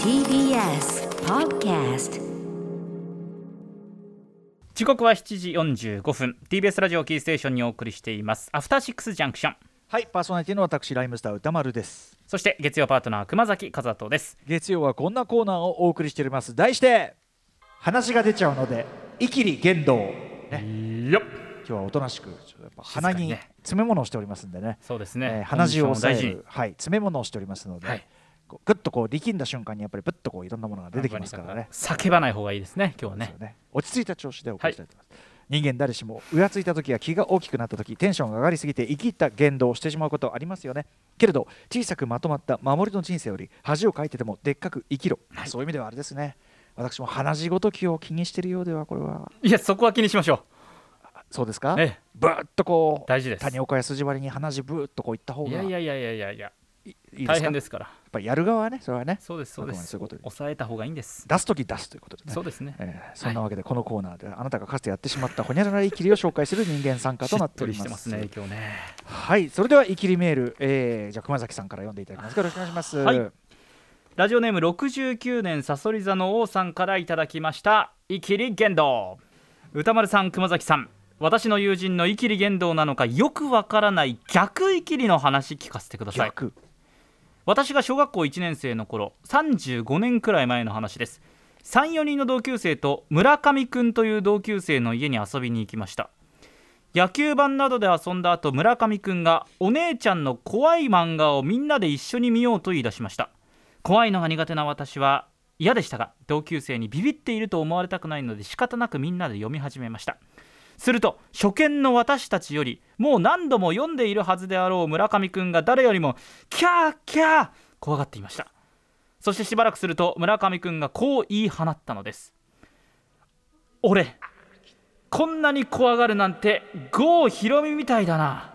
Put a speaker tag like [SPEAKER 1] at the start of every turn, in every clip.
[SPEAKER 1] TBS Podcast
[SPEAKER 2] 時刻は7時45分 TBS ラジオキーステーションにお送りしていますアフターシックスジャンクション
[SPEAKER 3] はい、パーソナリティの私、ライムスター歌丸です。
[SPEAKER 2] そして月曜パートナー熊崎和人です
[SPEAKER 3] 月曜はこんなコーナーをお送りしております。題して、話が出ちゃうので、イキリ言動。ね、
[SPEAKER 2] よっ
[SPEAKER 3] 今日はおとなしく、ちょっとやっぱ鼻
[SPEAKER 2] 静かに
[SPEAKER 3] に
[SPEAKER 2] ね
[SPEAKER 3] 詰め物をしておりますんでね、
[SPEAKER 2] そうです
[SPEAKER 3] え
[SPEAKER 2] ね
[SPEAKER 3] ー鼻血を抑え
[SPEAKER 2] コンディションを大事に
[SPEAKER 3] る、はい、詰め物をしておりますので、
[SPEAKER 2] はい
[SPEAKER 3] こうグッとこう力んだ瞬間に、やっぱりぶっとこういろんなものが出てきますからね。
[SPEAKER 2] 叫ばない方がいいですね今日は
[SPEAKER 3] そうです
[SPEAKER 2] ね
[SPEAKER 3] よね落ち着いた調子でお送りしたいと思います。人間誰しもうやついた時や気が大きくなった時テンションが上がりすぎて生きった言動をしてしまうことはありますよねけれど小さくまとまった守りの人生より恥をかいてでもでっかく生きろ、そういう意味ではあれですね私も鼻血ごときを気にしているようではこれはい
[SPEAKER 2] やそこは気にしましょ
[SPEAKER 3] そうですか、
[SPEAKER 2] ええ
[SPEAKER 3] ぶーっとこう
[SPEAKER 2] 大事です
[SPEAKER 3] 谷岡や筋割りに鼻血ぶーっとこういった方
[SPEAKER 2] う
[SPEAKER 3] が
[SPEAKER 2] い
[SPEAKER 3] い
[SPEAKER 2] や
[SPEAKER 3] い
[SPEAKER 2] い
[SPEAKER 3] で
[SPEAKER 2] やいやいやいやいや
[SPEAKER 3] すか
[SPEAKER 2] 大変ですすから
[SPEAKER 3] やっぱりやる側はねそれはね
[SPEAKER 2] そうですそうで
[SPEAKER 3] あくまですそういうことで
[SPEAKER 2] 抑えた方がいいんです
[SPEAKER 3] 出す時出すということでね
[SPEAKER 2] そうですね
[SPEAKER 3] えーそんなわけでこのコーナーではあなたがかつてやってしまったほにゃららいきりを紹介する人間参加
[SPEAKER 2] し
[SPEAKER 3] とな
[SPEAKER 2] っ
[SPEAKER 3] って
[SPEAKER 2] と
[SPEAKER 3] お
[SPEAKER 2] り
[SPEAKER 3] り
[SPEAKER 2] してま
[SPEAKER 3] ますす。
[SPEAKER 2] ね今日ね
[SPEAKER 3] はい、それではイキリメール、えー、じゃあ熊崎さんから読んでいただきますか。よろしくお願いします。
[SPEAKER 2] はいラジオネーム69年さそり座の王さんからいただきました「イキリ言動」歌丸さん熊崎さん私の友人のイキリ言動なのかよくわからない逆イキリの話聞かせてください
[SPEAKER 3] 逆、
[SPEAKER 2] 私が小学校1年生の頃35年くらい前の話です34人の同級生と村上くんという同級生の家に遊びに行きました野球盤などで遊んだ後村上くんがお姉ちゃんの怖い漫画をみんなで一緒に見ようと言い出しました怖いのが苦手な私は嫌でしたが同級生にビビっていると思われたくないので仕方なくみんなで読み始めましたすると初見の私たちよりもう何度も読んでいるはずであろう村上くんが誰よりもキャーキャー怖がっていましたそしてしばらくすると村上くんがこう言い放ったのです俺こんなに怖がるなんて郷ひろみみたいだな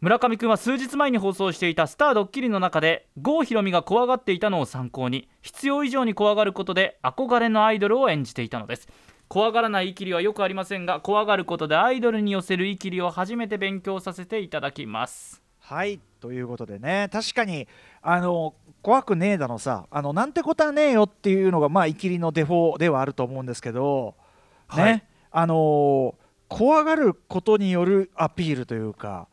[SPEAKER 2] 村上くんは数日前に放送していた「スタードッキリ」の中で郷ひろみが怖がっていたのを参考に必要以上に怖がることで憧れのアイドルを演じていたのです怖がらないイキリはよくありませんが怖がることでアイドルに寄せるイキリを初めて勉強させていただきます
[SPEAKER 3] はい、ということでね、確かにあの怖くねえだのさ、あのなんてことはねえよっていうのがまあイキリのデフォではあると思うんですけど、ね、
[SPEAKER 2] はい
[SPEAKER 3] あのー怖がることによるアピールというか。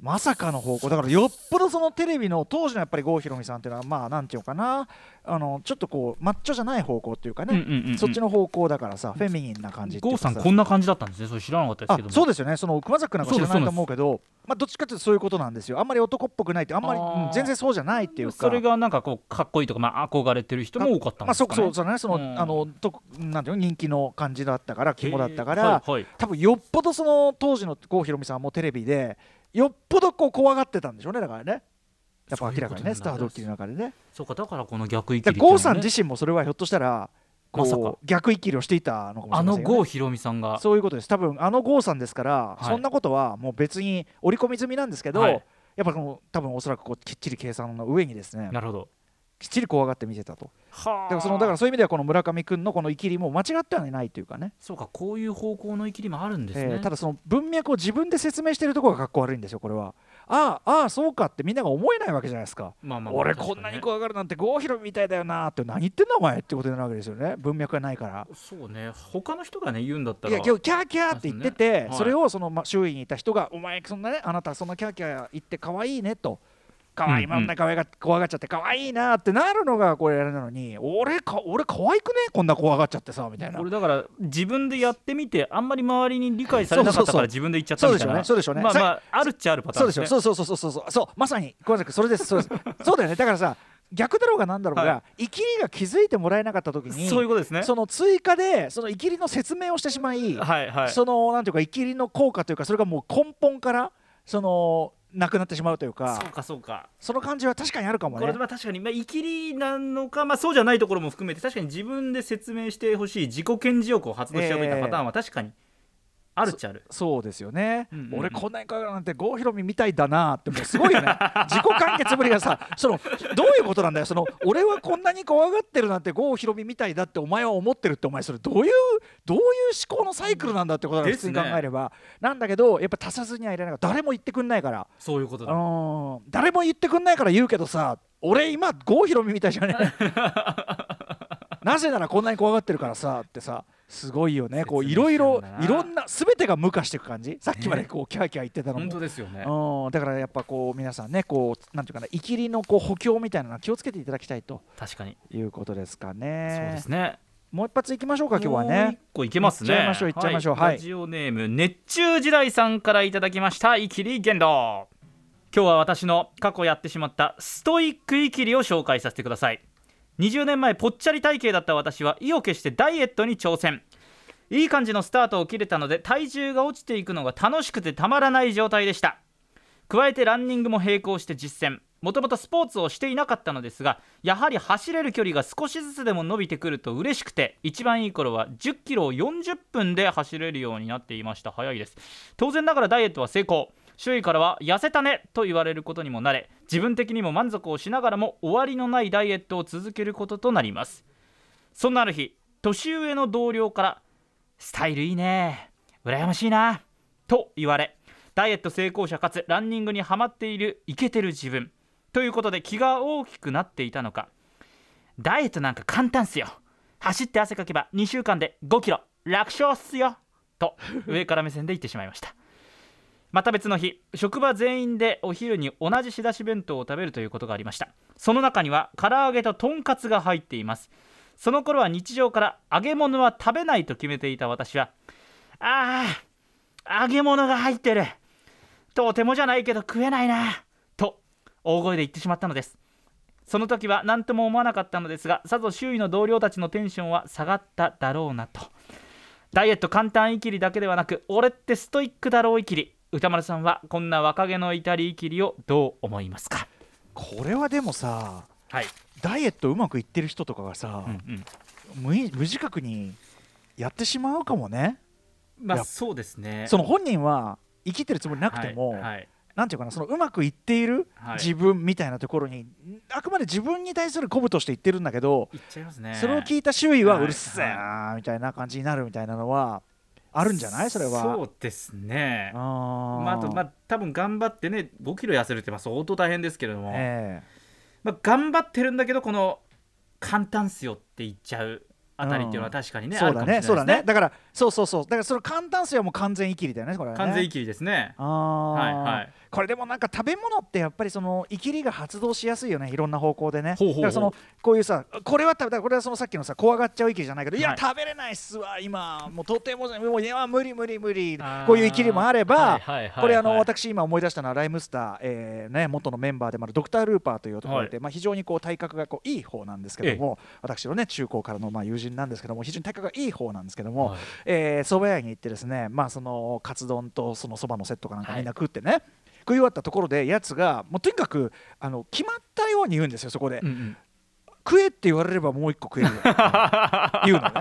[SPEAKER 3] まさかの方向だからよっぽどそのテレビの当時のやっぱり郷ひろみさんっていうのはまあなんていうのかなあのちょっとこうマッチョじゃない方向っていうか
[SPEAKER 2] う
[SPEAKER 3] ね、
[SPEAKER 2] んうんうんうん
[SPEAKER 3] そっちの方向だからさフェミニンな感じっていう
[SPEAKER 2] 郷さ
[SPEAKER 3] か
[SPEAKER 2] んこんな感じだったんですねそれ知らなかったです
[SPEAKER 3] あ
[SPEAKER 2] けども
[SPEAKER 3] そうですよねその熊崎君なんか知ら
[SPEAKER 2] そう
[SPEAKER 3] ない
[SPEAKER 2] です
[SPEAKER 3] と思うけどまあ、どっちかというとそういうことなんですよあんまり男っぽくないってあんまり
[SPEAKER 2] あー
[SPEAKER 3] うん全然そうじゃないっていうか
[SPEAKER 2] それがなんかこうかっこいいとか、まあ、憧れてる人も多かったん
[SPEAKER 3] ま
[SPEAKER 2] で
[SPEAKER 3] あ、
[SPEAKER 2] す
[SPEAKER 3] そ
[SPEAKER 2] か、
[SPEAKER 3] う
[SPEAKER 2] ね
[SPEAKER 3] そうじゃないその、
[SPEAKER 2] うん
[SPEAKER 3] あのとなんていうの人気の感じだったから肝だったから、
[SPEAKER 2] えーはいはい
[SPEAKER 3] 多分よっぽどその当時の郷ひろみさんもテレビでよっぽどこう怖がってたんでしょうねだからねやっぱ明らかにねス
[SPEAKER 2] そう
[SPEAKER 3] タ
[SPEAKER 2] いうことなんだ
[SPEAKER 3] ードッキリの中でね
[SPEAKER 2] そうかだからこの逆イキ
[SPEAKER 3] だ
[SPEAKER 2] リ
[SPEAKER 3] か
[SPEAKER 2] っていうの
[SPEAKER 3] ら郷
[SPEAKER 2] は
[SPEAKER 3] さん
[SPEAKER 2] ね
[SPEAKER 3] 自身もそれはひょっとしたらこう
[SPEAKER 2] まさか
[SPEAKER 3] 逆イキリをしていたのかもし
[SPEAKER 2] あ
[SPEAKER 3] れま
[SPEAKER 2] の
[SPEAKER 3] せんよね
[SPEAKER 2] 郷ひろみさんが
[SPEAKER 3] そういうことです多分あの郷さんですから、
[SPEAKER 2] い
[SPEAKER 3] そんなことはもう別に織り込み済みなんですけど、
[SPEAKER 2] はい
[SPEAKER 3] やっぱこの多分おそらくこうきっちり計算の上にですね
[SPEAKER 2] なるほど
[SPEAKER 3] きっちり怖がって見せたと
[SPEAKER 2] は
[SPEAKER 3] だからそのだからそういう意味ではこの村上君のこのイキリも間違ってはないというかね
[SPEAKER 2] そうかこういう方向のイキリもあるんですね、
[SPEAKER 3] えーただその文脈を自分で説明してるところがかっこ悪いんですよこれはああああそうかってみんなが思えないわけじゃないですか
[SPEAKER 2] まあまあまあ
[SPEAKER 3] 俺
[SPEAKER 2] 確か
[SPEAKER 3] こ
[SPEAKER 2] ね
[SPEAKER 3] んなに怖がるなんて郷ひろみみたいだよなって何言ってんだお前ってことになるわけですよね文脈がないから
[SPEAKER 2] そうね他の人がね言うんだった
[SPEAKER 3] い
[SPEAKER 2] ら
[SPEAKER 3] や今日キャーキャーって言って
[SPEAKER 2] そ
[SPEAKER 3] て、
[SPEAKER 2] うですねはい
[SPEAKER 3] それをその、ま、周囲にいた人が「お前そんなねあなたそんなキャーキャー言って可愛いね」と「可愛い
[SPEAKER 2] うんうん
[SPEAKER 3] まんな可愛が怖がっちゃって可愛いな」ってなるのがこれあれなのに「俺か俺可愛くねこんな怖がっちゃってさ」みたいな
[SPEAKER 2] こ。れだから自分でやってみてあんまり周りに理解されなかったから自分で言っちゃったみたいな
[SPEAKER 3] そうでしょうねそうでしょうね
[SPEAKER 2] まあまあ
[SPEAKER 3] さ
[SPEAKER 2] あるっちゃあるパター
[SPEAKER 3] そ
[SPEAKER 2] ン
[SPEAKER 3] う
[SPEAKER 2] で
[SPEAKER 3] ですしょ
[SPEAKER 2] ね
[SPEAKER 3] そうそうそうそうそうそうそうまさに熊崎それですそうです そうだよねだからさ逆だろうがなんだろうが、
[SPEAKER 2] は
[SPEAKER 3] イキリが気づいてもらえなかった時に
[SPEAKER 2] そういうことですね
[SPEAKER 3] その追加でそのイキリの説明をしてしまい、
[SPEAKER 2] はいはい
[SPEAKER 3] そのなんていうかイキリの効果というかそれがもう根本からそのなくなってしまうというか
[SPEAKER 2] そうかそうか
[SPEAKER 3] その感じは確かにあるかも
[SPEAKER 2] これ
[SPEAKER 3] ね
[SPEAKER 2] まあ確かに、まあ、イキリなのか、まあ、そうじゃないところも含めて確かに自分で説明してほしい自己顕示欲を発動しちゃうみたいなパターンは確かにあるっちゃある
[SPEAKER 3] そうですよね、
[SPEAKER 2] うんうんうん
[SPEAKER 3] 俺こんなにかかるなんて郷ひろみみたいだなってもうすごい よね自己完結ぶりがさそのどういうことなんだよその俺はこんなに怖がってるなんて郷ひろみみたいだってお前は思ってるってお前それどういうどういう思考のサイクルなんだってことだよ
[SPEAKER 2] で
[SPEAKER 3] 普
[SPEAKER 2] す
[SPEAKER 3] 通
[SPEAKER 2] ね
[SPEAKER 3] に考えれば、なんだけどやっぱ足さずにはいられないから誰も言ってくんないから
[SPEAKER 2] そういうこと
[SPEAKER 3] あ
[SPEAKER 2] だ
[SPEAKER 3] のー誰も言ってくんないから言うけどさ俺今郷ひろみみたいじゃ ねえなぜならこんなに怖がってるからさってさすごいよねこうい
[SPEAKER 2] 説
[SPEAKER 3] ろ
[SPEAKER 2] 明
[SPEAKER 3] い
[SPEAKER 2] しちゃう
[SPEAKER 3] ろ
[SPEAKER 2] んだない
[SPEAKER 3] ろんな全てが無化していく感じさっきまでこうキャーキャー言ってたのも
[SPEAKER 2] 本当ですよね
[SPEAKER 3] うん、だからやっぱこう皆さんねこうなんていうかな生きりのこう補強みたいなのは気をつけていただきたいと
[SPEAKER 2] 確かに
[SPEAKER 3] いうことですか
[SPEAKER 2] そう
[SPEAKER 3] ね
[SPEAKER 2] ですね
[SPEAKER 3] もう一発いきましょうか今日は
[SPEAKER 2] もう
[SPEAKER 3] ね
[SPEAKER 2] 一個いけますね
[SPEAKER 3] いっちゃいましょういっちゃいましょうはい
[SPEAKER 2] ラジオネーム熱中時代さんからいただきましたイキリ言動今日は私の過去やってしまったストイックイキリを紹介させてください20年前ぽっちゃり体型だった私は意を決してダイエットに挑戦いい感じのスタートを切れたので体重が落ちていくのが楽しくてたまらない状態でした加えてランニングも並行して実践もともとスポーツをしていなかったのですがやはり走れる距離が少しずつでも伸びてくると嬉しくて一番いい頃は1 0キロを40分で走れるようになっていました早いです当然ながらダイエットは成功周囲からは痩せたねと言われることにもなれ自分的にも満足をしながらも終わりのないダイエットを続けることとなりますそんなある日年上の同僚からスタイルいいね羨ましいなと言われダイエット成功者かつランニングにハマっているイケてる自分ということで気が大きくなっていたのかダイエットなんか簡単っすよ走って汗かけば2週間で5キロ楽勝っすよと上から目線で言ってしまいましたまた別の日職場全員でお昼に同じ仕出し弁当を食べるということがありましたその中には唐揚げととんかつが入っていますその頃は日常から揚げ物は食べないと決めていた私はああ揚げ物が入ってるとてもじゃないけど食えないなと大声で言ってしまったのですその時は何とも思わなかったのですがさぞ周囲の同僚たちのテンションは下がっただろうなとダイエット簡単イキリだけではなく俺ってストイックだろうイキリ歌丸さんはこんな若気の至りイキリをどう思いますか
[SPEAKER 3] これはでもさ
[SPEAKER 2] はい、
[SPEAKER 3] ダイエットうまくいってる人とかがさ、
[SPEAKER 2] うんうん、
[SPEAKER 3] 無い無自覚にやってしまうかもね、
[SPEAKER 2] まあ
[SPEAKER 3] いや
[SPEAKER 2] そうですね
[SPEAKER 3] そ
[SPEAKER 2] の
[SPEAKER 3] の本人は生きてるつもりなくても、
[SPEAKER 2] はいはい
[SPEAKER 3] なんていうかなそのうまくいっている
[SPEAKER 2] はい
[SPEAKER 3] 自分みたいなところに、あくまで自分に対する鼓舞として言ってるんだけど、
[SPEAKER 2] 言っちゃいますね
[SPEAKER 3] それを聞いた周囲は
[SPEAKER 2] はいう
[SPEAKER 3] るせえなみたいな感じになるみたいなのはあるんじゃないそれは。
[SPEAKER 2] そうですね
[SPEAKER 3] あ
[SPEAKER 2] まあ、あとまあ多分頑張ってね5キロ痩せるってまあ相当大変ですけれども、
[SPEAKER 3] え
[SPEAKER 2] まあ、頑張ってるんだけどこの簡単っすよって言っちゃうあたりっていうのは確かに
[SPEAKER 3] え
[SPEAKER 2] ね、
[SPEAKER 3] そうだね
[SPEAKER 2] あるか
[SPEAKER 3] そ
[SPEAKER 2] もしれ
[SPEAKER 3] うだ
[SPEAKER 2] ない
[SPEAKER 3] ねだからそうそうそうだからその簡単性はもう完全イキリだよねこれはね
[SPEAKER 2] 完全イキリですね
[SPEAKER 3] あ
[SPEAKER 2] はい
[SPEAKER 3] ー
[SPEAKER 2] はい
[SPEAKER 3] これでもなんか食べ物ってやっぱりそのイキリが発動しやすいよねいろんな方向でね
[SPEAKER 2] ほうほうほう
[SPEAKER 3] だからそのこういうさこれは食べたこれはそのさっきのさ怖がっちゃうイキリじゃないけど、い、
[SPEAKER 2] は
[SPEAKER 3] や
[SPEAKER 2] い
[SPEAKER 3] 食べれないっすわ今もうとてもじゃもういや無理無理無理
[SPEAKER 2] あー
[SPEAKER 3] こういうイキリもあれば、
[SPEAKER 2] はいはいはいはい
[SPEAKER 3] これあの私今思い出したのはライムスター、えーね、元のメンバーでもあるドクター・ルーパーという男がいて、まあ、非常にこう体格がこういい方なんですけども、私のね中高からのまあ友人なんですけども非常に体格がいい方なんですけども、
[SPEAKER 2] はい
[SPEAKER 3] えー、蕎麦屋に行ってですねまあそのカツ丼とその蕎麦のセットかなんか
[SPEAKER 2] はい
[SPEAKER 3] みんな食ってね、食い終わったところでやつがもうとにかくあの決まったように言うんですよそこで、
[SPEAKER 2] うんうん
[SPEAKER 3] 食えって言われればもう一個食えるよ 言うのね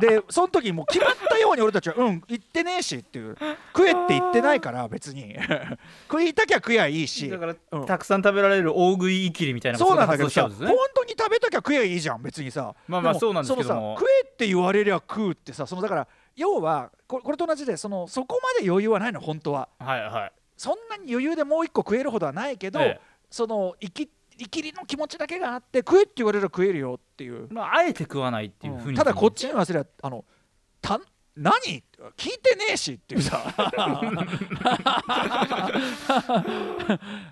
[SPEAKER 3] でその時もう決まったように俺たちは「うん言ってねえし」っていう「食えって言ってないから別に 食いたきゃ食やいいし」
[SPEAKER 2] だから、
[SPEAKER 3] うん
[SPEAKER 2] たくさん食べられる大食いイキリみたいな
[SPEAKER 3] そうなんだけ
[SPEAKER 2] そ
[SPEAKER 3] ど
[SPEAKER 2] い
[SPEAKER 3] さ、
[SPEAKER 2] 発想しちゃうん
[SPEAKER 3] 本
[SPEAKER 2] ですね
[SPEAKER 3] 当に食べたきゃ食えばいいじゃん別にさ
[SPEAKER 2] まあまあ
[SPEAKER 3] も
[SPEAKER 2] そうなんですけども
[SPEAKER 3] そのさ食えって言われりゃ食うってさそのだから要はここれと同じでそのそこまで余裕はないの本当は
[SPEAKER 2] はいはい
[SPEAKER 3] そんなに余裕でもう一個食えるほどはないけど、
[SPEAKER 2] ええ
[SPEAKER 3] その生き生きりの気持ちだけがあって食えって言われりゃ食えるよっていう
[SPEAKER 2] まああえて食わないっていうふうに、
[SPEAKER 3] ただこっちに言わせりゃあのた何聞いてねえしっていうさ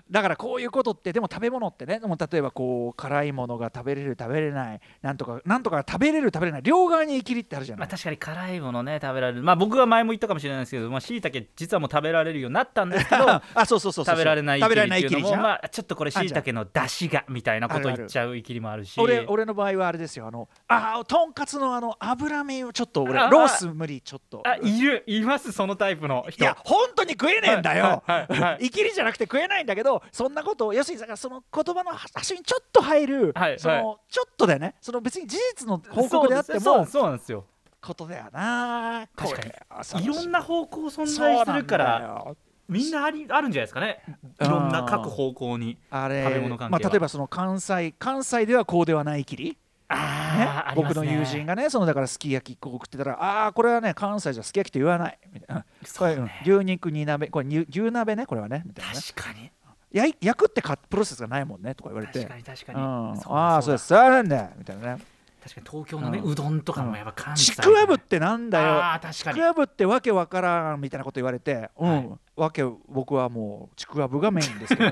[SPEAKER 3] だからこういうことってでも食べ物ってねもう例えばこう辛いものが食べれる食べれないなんとかなんとか食べれる食べれない両側に生きりってあるじゃな
[SPEAKER 2] ま
[SPEAKER 3] い
[SPEAKER 2] あ、、確かに辛いものね食べられるまあ僕は前も言ったかもしれないですけどまあ椎茸実はもう食べられるようになったんですけど
[SPEAKER 3] あ そうそうそうそ
[SPEAKER 2] 食
[SPEAKER 3] う
[SPEAKER 2] べられないイ
[SPEAKER 3] 食
[SPEAKER 2] キ
[SPEAKER 3] べ
[SPEAKER 2] リ
[SPEAKER 3] ら
[SPEAKER 2] っ
[SPEAKER 3] れない
[SPEAKER 2] て
[SPEAKER 3] イ
[SPEAKER 2] いう
[SPEAKER 3] キ
[SPEAKER 2] の
[SPEAKER 3] リじ
[SPEAKER 2] も
[SPEAKER 3] ゃん、
[SPEAKER 2] まあちょっとこれ椎茸の出汁がみたいなこと言っちゃうイキリもあるし
[SPEAKER 3] 俺俺の場合はあれですよあのあーとんかつのあの脂身をちょっと俺
[SPEAKER 2] ああ
[SPEAKER 3] ロース無理ちょっと
[SPEAKER 2] あいるいますそのタイプの
[SPEAKER 3] い
[SPEAKER 2] 人
[SPEAKER 3] や本当に食えねえんだよ、
[SPEAKER 2] はいはいはい
[SPEAKER 3] 生きりじゃなくて食えないんだけどそんなことを要するにだからその言葉の端にちょっと入る、
[SPEAKER 2] はい
[SPEAKER 3] そのちょっとだよねその別に事実の報
[SPEAKER 2] そ
[SPEAKER 3] 告
[SPEAKER 2] う
[SPEAKER 3] で
[SPEAKER 2] で
[SPEAKER 3] あっ
[SPEAKER 2] す
[SPEAKER 3] て
[SPEAKER 2] そう
[SPEAKER 3] も
[SPEAKER 2] そうなんですよ
[SPEAKER 3] ことだよな
[SPEAKER 2] 確かに
[SPEAKER 3] か
[SPEAKER 2] いろんな方向存在するからみんなありあるんじゃないですかねいろんな各方向に
[SPEAKER 3] あれ
[SPEAKER 2] 食べ物関係
[SPEAKER 3] ま
[SPEAKER 2] は
[SPEAKER 3] あ、例えばその関西関西ではこうではないきり、
[SPEAKER 2] あーありま
[SPEAKER 3] 僕
[SPEAKER 2] す
[SPEAKER 3] の
[SPEAKER 2] ね
[SPEAKER 3] 友人がねそのだからすき焼きこう食ってたらああーこれはね関西じゃすき焼きと言わないみたいな
[SPEAKER 2] そうね
[SPEAKER 3] これうん牛肉煮鍋これ牛牛鍋ねこれはねみたいなね
[SPEAKER 2] 確かに
[SPEAKER 3] 焼い焼くってかプロセスがないもんねとか言われて
[SPEAKER 2] 確かに確かに、
[SPEAKER 3] うん
[SPEAKER 2] だ
[SPEAKER 3] ああそう
[SPEAKER 2] だ
[SPEAKER 3] ですそうなんだみたいなね
[SPEAKER 2] 確かに東京のね、
[SPEAKER 3] う
[SPEAKER 2] うんどんとかもやっぱ関西
[SPEAKER 3] ち
[SPEAKER 2] だ
[SPEAKER 3] くわぶってなんだよ
[SPEAKER 2] あー確か
[SPEAKER 3] ち
[SPEAKER 2] に
[SPEAKER 3] くわぶってわけわからんみたいなこと言われて、うん
[SPEAKER 2] はい
[SPEAKER 3] わけ僕はもうちくわぶがメイ ンですけど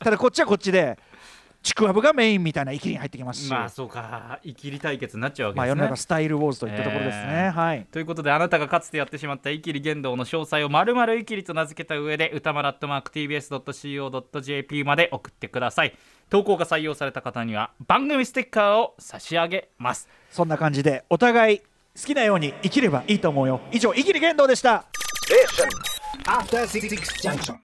[SPEAKER 3] ただこっちはこっちでちくわぶがメインみたいなきりに入ってきますし、
[SPEAKER 2] ま
[SPEAKER 3] ま
[SPEAKER 2] あ
[SPEAKER 3] あ
[SPEAKER 2] そうかイキリ対決になっちゃうわけ
[SPEAKER 3] 世
[SPEAKER 2] です
[SPEAKER 3] の
[SPEAKER 2] ね
[SPEAKER 3] 中スタイルウォーズといったところですね、
[SPEAKER 2] えー
[SPEAKER 3] はい
[SPEAKER 2] ということであなたがかつてやってしまったイキリ言動の詳細をまるまるイキリと名付けた上で歌丸アットマーク TBS.CO.JP まで送ってください投稿が採用された方には番組ステッカーを差し上げます
[SPEAKER 3] そんな感じでお互い好きなように生きればいいと思うよ以上イきり言動でした
[SPEAKER 1] After Six Junction.